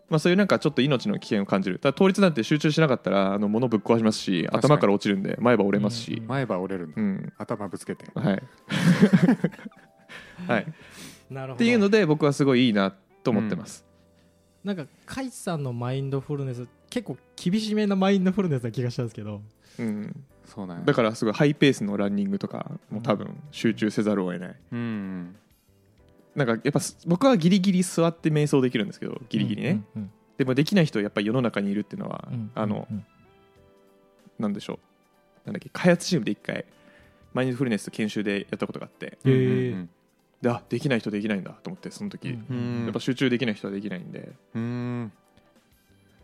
B: まあ、そういうなんかちょっと命の危険を感じるただ倒立なんて集中しなかったらあの物ぶっ壊しますし
C: 確かに
B: 頭から落ちるんで前歯折れますし、
C: 前歯折れるんだ、
B: うん
C: 頭ぶつけて
B: はい はい、
A: なるほど
B: っていうので僕はすごいいいなと思ってます、
A: なんかカイツさんのマインドフルネス結構厳しめなマインドフルネスな気がしたんですけど
B: うん、
C: そうなんや
B: だからすごいハイペースのランニングとかも多分集中せざるを得ない
C: うん
B: なんかやっぱす僕はギリギリ座って瞑想できるんですけどギリギリね、
A: うんうん
B: でもできない人やっぱり世の中にいるっていうのは、
A: うんうん
B: あの
A: うん
B: なんでしょうなんだっけ開発チームで一回マインドフルネス研修でやったことがあって
A: へ
C: う
A: ー
C: ん
B: であできない人できないんだと思ってその時、
A: う
C: うん
A: ん
B: やっぱ集中できない人はできないんで
C: うん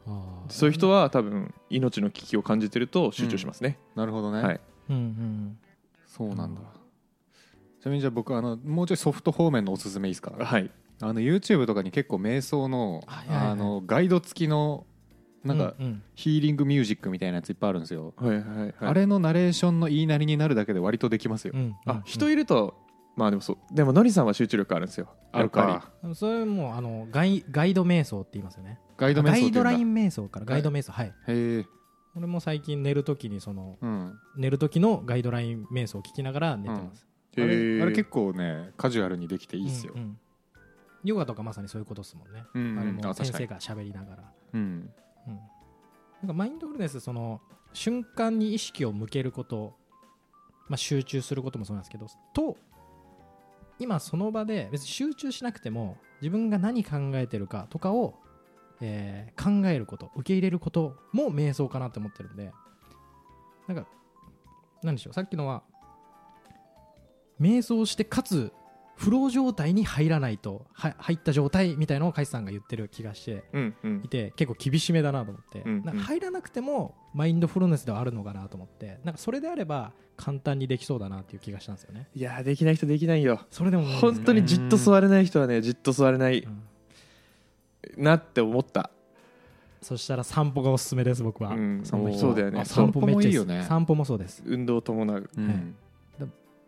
A: あー
B: そういう人は多分命の危機を感じてると集中しますね、
C: なるほどね、
B: はい
A: うんうん
C: そうなんだ、
A: うん
C: ちなみにじゃあ僕あのもうちょいソフト方面のおすすめいいですか
B: はい
C: あの YouTube とかに結構瞑想の,、
A: はいはいはい
C: あのガイド付きのなんか
A: うんうん
C: ヒーリングミュージックみたいなやついっぱいあるんですよ、
B: はいはいはい
C: あれのナレーションの言いなりになるだけで割とできますよ、
A: うんうん
B: あ人いるとまあでもそうでものりさんは集中力あるんですよ
C: ある
B: やっ
C: か
B: ぱ
A: うんそれもあのガイガイド瞑想って言いますよね
C: ガイド瞑想っ
A: ガ
C: ていうん
A: イ
C: だ
A: ドライン瞑想からガイド瞑想はい
C: へえ
A: 俺も最近寝るときにその
C: うん
A: 寝るときのガイドライン瞑想を聞きながら寝てます、
C: あ
B: りへ
C: れ
B: ー
C: あれ結構ねカジュアルにできてい
A: い
C: いっすよ、
A: ヨガとかまさにそういうことですもんね、
C: うんうん
A: あれも
C: あ確
A: 先
C: か
A: 生が喋
C: に
A: りながら、
C: うん
A: うんなんかマインドフルネスその瞬間に意識を向けること、まあ、集中することもそうなんですけどと今その場で別に集中しなくても自分が何考えてるかとかを、えー考えること受け入れることも瞑想かなって思ってるんでなんか何でしょうさっきのは瞑想してかつフロー状態に入らないとは入った状態みたいのをカイさんが言ってる気がして
B: うんうん
A: いて結構厳しめだなと思って、
B: うんうん
A: なんか入らなくてもマインドフルネスではあるのかなと思ってなんかそれであれば簡単にできそうだなっていう気がしたんですよね
B: いやーできない人できないよ
A: それでももう
B: 本当にじっと座れない人はねじっと座れない
A: うん
B: なって思った、
A: そしたら散歩がおすすめです僕は、
B: うん
A: 散歩
B: そうだよね
C: あ
B: そう
A: 散歩めっちゃ
C: 散歩もいいよね
A: 散歩もそうです
B: 運動を伴う
C: う
A: は
C: ん
A: い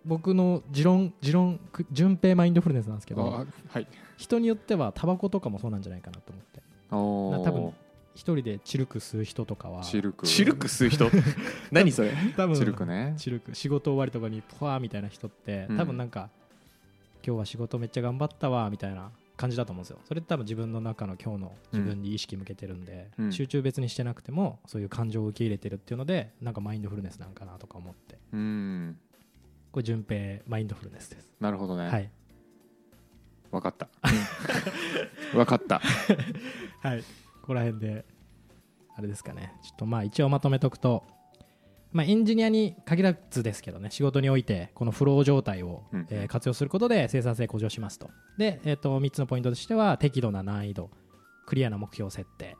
A: 僕の持論持論く順平マインドフルネスなんですけど
C: あはい
A: 人によってはタバコとかもそうなんじゃないかなと思って
C: お
A: な多分一人でチルク吸う人とかは
C: シルク
B: シルク吸う 人何それ
A: 多分
C: シルクね
A: チルク仕事終わりとかにポワーみたいな人って
C: うん
A: 多分なんか、今日は仕事めっちゃ頑張ったわみたいな感じだと思うんですよそれって多分自分の中の今日の自分に意識向けてるんで、
C: うん
A: 集中別にしてなくてもそういう感情を受け入れてるっていうのでなんかマインドフルネスなんかなとか思って
C: うん
A: これ順平マインドフルネスです、
C: なるほどね、
A: は、い
C: 分かった分かった
A: はい、ここら辺で、あれですかね、ちょっとまあ一応まとめとくと、まあ、エンジニアに限らずですけどね、仕事において、このフロー状態を、
C: うん
A: えー活用することで生産性向上しますと。で、えっと3つのポイントとしては、適度な難易度、クリアな目標設定、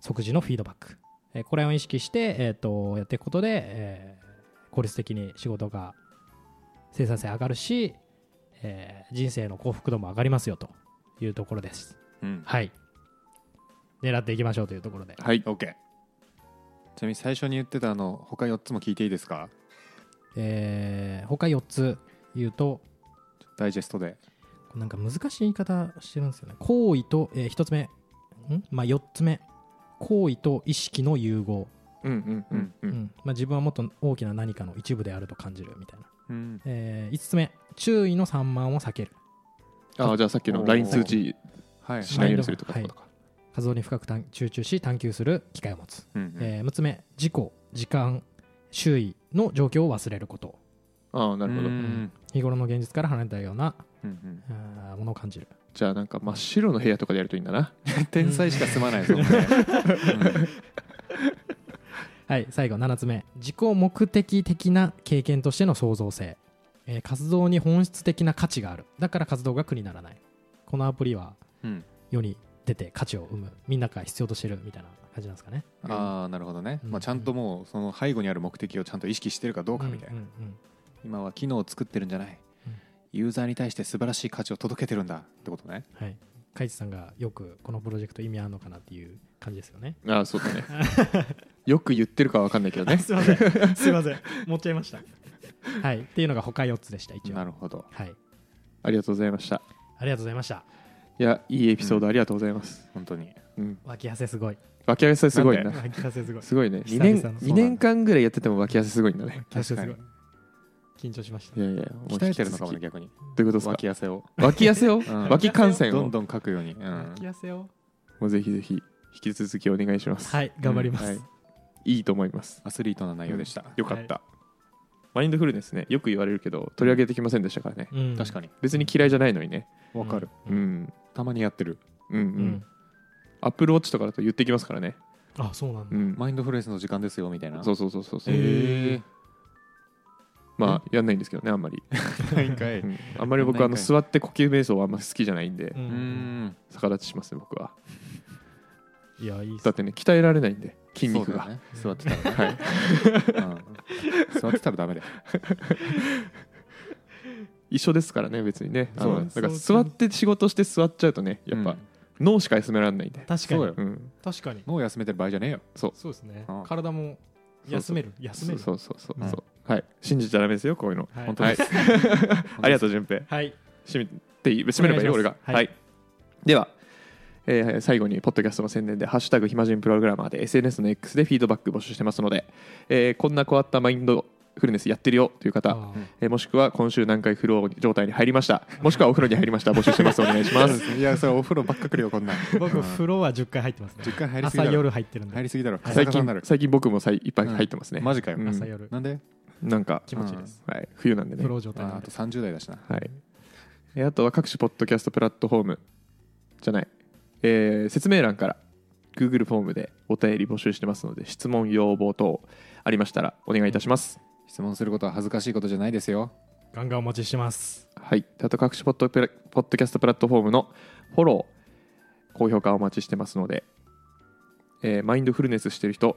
A: 即時のフィードバック、えーこれを意識して、えっとやっていくことで、えー効率的に仕事が生産性上がるし、えー人生の幸福度も上がりますよというところです。
C: うん
A: はい。狙っていきましょうというところで。
B: はい
C: OK ちなみに最初に言ってたあの他4つも聞いていいですか
A: えー、他4つ言うと、
C: ダイジェストで
A: なんか難しい言い方してるんですよね。行為と、え1つ目、んまあ4つ目、行為と意識の融合。
B: うんうんうん
A: う
B: う
A: んんまあ、自分はもっと大きな何かの一部であると感じるみたいな。
C: うん
A: え5つ目、注意の散漫を避ける。
B: ああじゃあさっきの LINE 通知
C: はい
B: しないようにするとかってことか、
A: 活動に深く探集中し探求する機会を持つ。
C: うんうん
A: え6つ目、自己、時間、周囲の状況を忘れること。
B: ああなるほど
C: うん
A: 日頃の現実から離れたような
C: うんうん
A: あーものを感じる
B: じゃあなんか真っ白の部屋とかでやるといいんだな
C: 天才しか済まないぞ、これ
A: はい、最後7つ目自己目的的な経験としての創造性、えー活動に本質的な価値があるだから活動が苦にならないこのアプリは
C: うん
A: 世に出て価値を生むみんなが必要としてるみたいな感じなんですかね
C: うん、ああなるほどね、
A: うん
C: まあ、ちゃんともうその背後にある目的をちゃんと意識してるかどうかみたいな、
A: うんうんうん
C: 今は機能を作ってるんじゃない、
A: うん
C: ユーザーに対して素晴らしい価値を届けてるんだってことね
A: はいカイチさんがよくこのプロジェクト意味あるのかなっていう感じですよね
B: ああそうだねよく言ってるかは分かんないけど ね
A: すいませんすいません持っちゃいましたはいっていうのが他4つでした一応
C: な
A: はい
C: るほど
B: ありがとうございました
A: ありがとうございました
B: いやいいエピソードありがとうございます、
C: 本当に
B: うん、
A: 脇汗すごい
B: 脇汗すごいな
C: な
A: 脇汗すごい
B: すごいね
A: 久々の
B: 2年
A: そうなんだ
B: 二年間ぐらいやってても脇汗すごいんだね
A: 脇汗すごい
C: 確か
A: 緊張しました
B: いやいや
C: 鍛えてるのかもね
B: ね
C: 逆に
B: どういうことですか
C: 脇汗を
B: 脇汗を、
C: ん
B: 脇汗を
C: どんどん書くように、うん
A: 脇汗を
B: もうぜひぜひ引き続きお願いします、
A: はい頑張ります、
B: はい、いいと思います
C: アスリートな内容でした、
B: よかった、マインドフルネスねよく言われるけど取り上げてきませんでしたからね
A: うん
C: 確かに
B: 別に嫌いじゃないのにね
C: わかる、
B: うん、
C: たまにやってる
B: うんうん
A: うん、
B: アップルウォッチとかだと言ってきますからね、
A: あそうなんだ、
B: うん
C: マインドフルネスの時間ですよみたいな
B: そううそうそうそうそう、
A: へ
B: まあやんないんですけどねあんまり、
C: 何回
B: うんあんまり僕あの
C: なんか
B: 座って呼吸瞑想はあんま好きじゃないんで、
A: う
C: うんん
B: 逆立ちしますね僕はい
A: やいいっす
B: だってね鍛えられないんで筋肉
C: そうだ
B: が、
C: ね座ってたらね
B: はい
C: うん座ってたらダメだよ
B: 一緒ですからね別にねあ
C: そう
B: のだ
A: です
B: から座って仕事して座っちゃうとねやっ
C: う
B: ぱ
C: ん
B: 脳しか休められないんで、
A: 確か
C: そう
A: に
C: よ
B: うん、
A: 確かに
C: 脳休めてる場合じゃねえよ
A: そうですね
C: うん
A: 体も休める休
B: そ
A: め
B: う
A: る
B: そうそうそう、
A: うん
B: はい信じちゃダメですよこういうの、
A: はい
C: 本当です
B: はいありがとう順平
A: はい
B: 締めていい締めればいいよ
A: お願い
B: 俺
A: しま
B: が
A: す
B: はい、
A: は
B: では、えー最後にポッドキャストの宣伝で「ハッシュタグ暇人プログラマー」で SNS の X でフィードバック募集してますので、えーこんな変わったマインドフルネスやってるよという
A: あ
B: 方、
A: ー
B: えーもしくは今週何回フロー状態に入りましたもしくはお風呂に入りました募集してますお願いしま す
C: いやそれお風呂ばっかくるよこんなん
A: 僕
C: うん
A: 風呂は10回入ってますね
C: 10回入りす
A: 朝
C: ぎだろ
A: 夜入ってるん
C: 入
A: で
C: りすぎだろ
B: 最
C: 最近にな
B: 近
C: る
B: 最近僕もさいいっぱい入ってますね、
C: マジかよ
B: うん
A: 朝夜
C: なんで
B: なんか、
A: 気持ちいいです
B: はい、冬なんでね
A: 風呂状態な
C: あ
A: ん
C: あ
A: で
C: と30代だしな
B: はい、えーあとは各種ポッドキャストプラットフォームじゃない、えー説明欄から Google フォームでお便り募集してますので質問要望等ありましたらお願いいたします、
C: 質問することは恥ずかしいことじゃないですよ
A: ガンガンお待ちしてます
B: はい、あと各種ポッドプラポッドキャストプラットフォームのフォロー高評価お待ちしてますので、えーマインドフルネスしてる人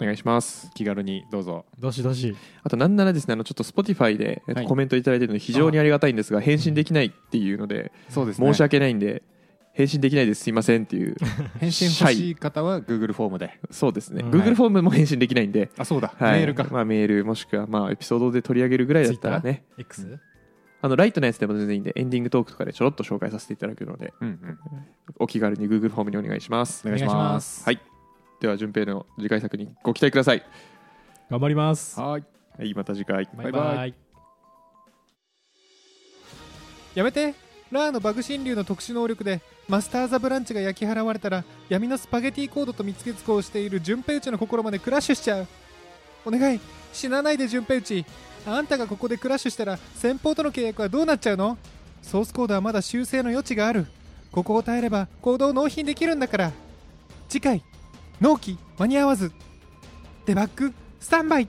B: お願いします
C: 気軽にどうぞ
A: どしどし
B: あとなんならですねあのちょっと Spotify でえっと
C: はい
B: コメントいただいてるので非常にありがたいんですが返信できないっていうので
C: そうです
B: 申し
C: 訳
B: 訳ないんで返信できないですすいませんっていう
C: 返信欲しい方は Google フォームで
B: そうですね、
A: うん
B: Google フォームも返信できないんで、
C: あそうだメ
B: はい
C: ールか
B: まあ、メールもしくはまあエピソードで取り上げるぐらいだったらね
A: X
B: あのライトなやつでも全然いいんでエンディングトークとかでちょろっと紹介させていただくので
C: うんうん
B: お気軽に Google フォームにお願いします
C: お願いします
B: はいでは順平の次回作にご期待ください
A: 頑張ります
C: すはい
B: はいまた次回
A: バイバイ
C: やめてラーのバグ神竜の特殊能力でマスター・ザ・ブランチが焼き払われたら闇のスパゲティコードと見つけつこうしている順平内の心までクラッシュしちゃうお願い死なないで順平内あんたがここでクラッシュしたら先方との契約はどうなっちゃうのソースコードはまだ修正の余地があるここを耐えれば行動を納品できるんだから次回納期間に合わずデバッグスタンバイ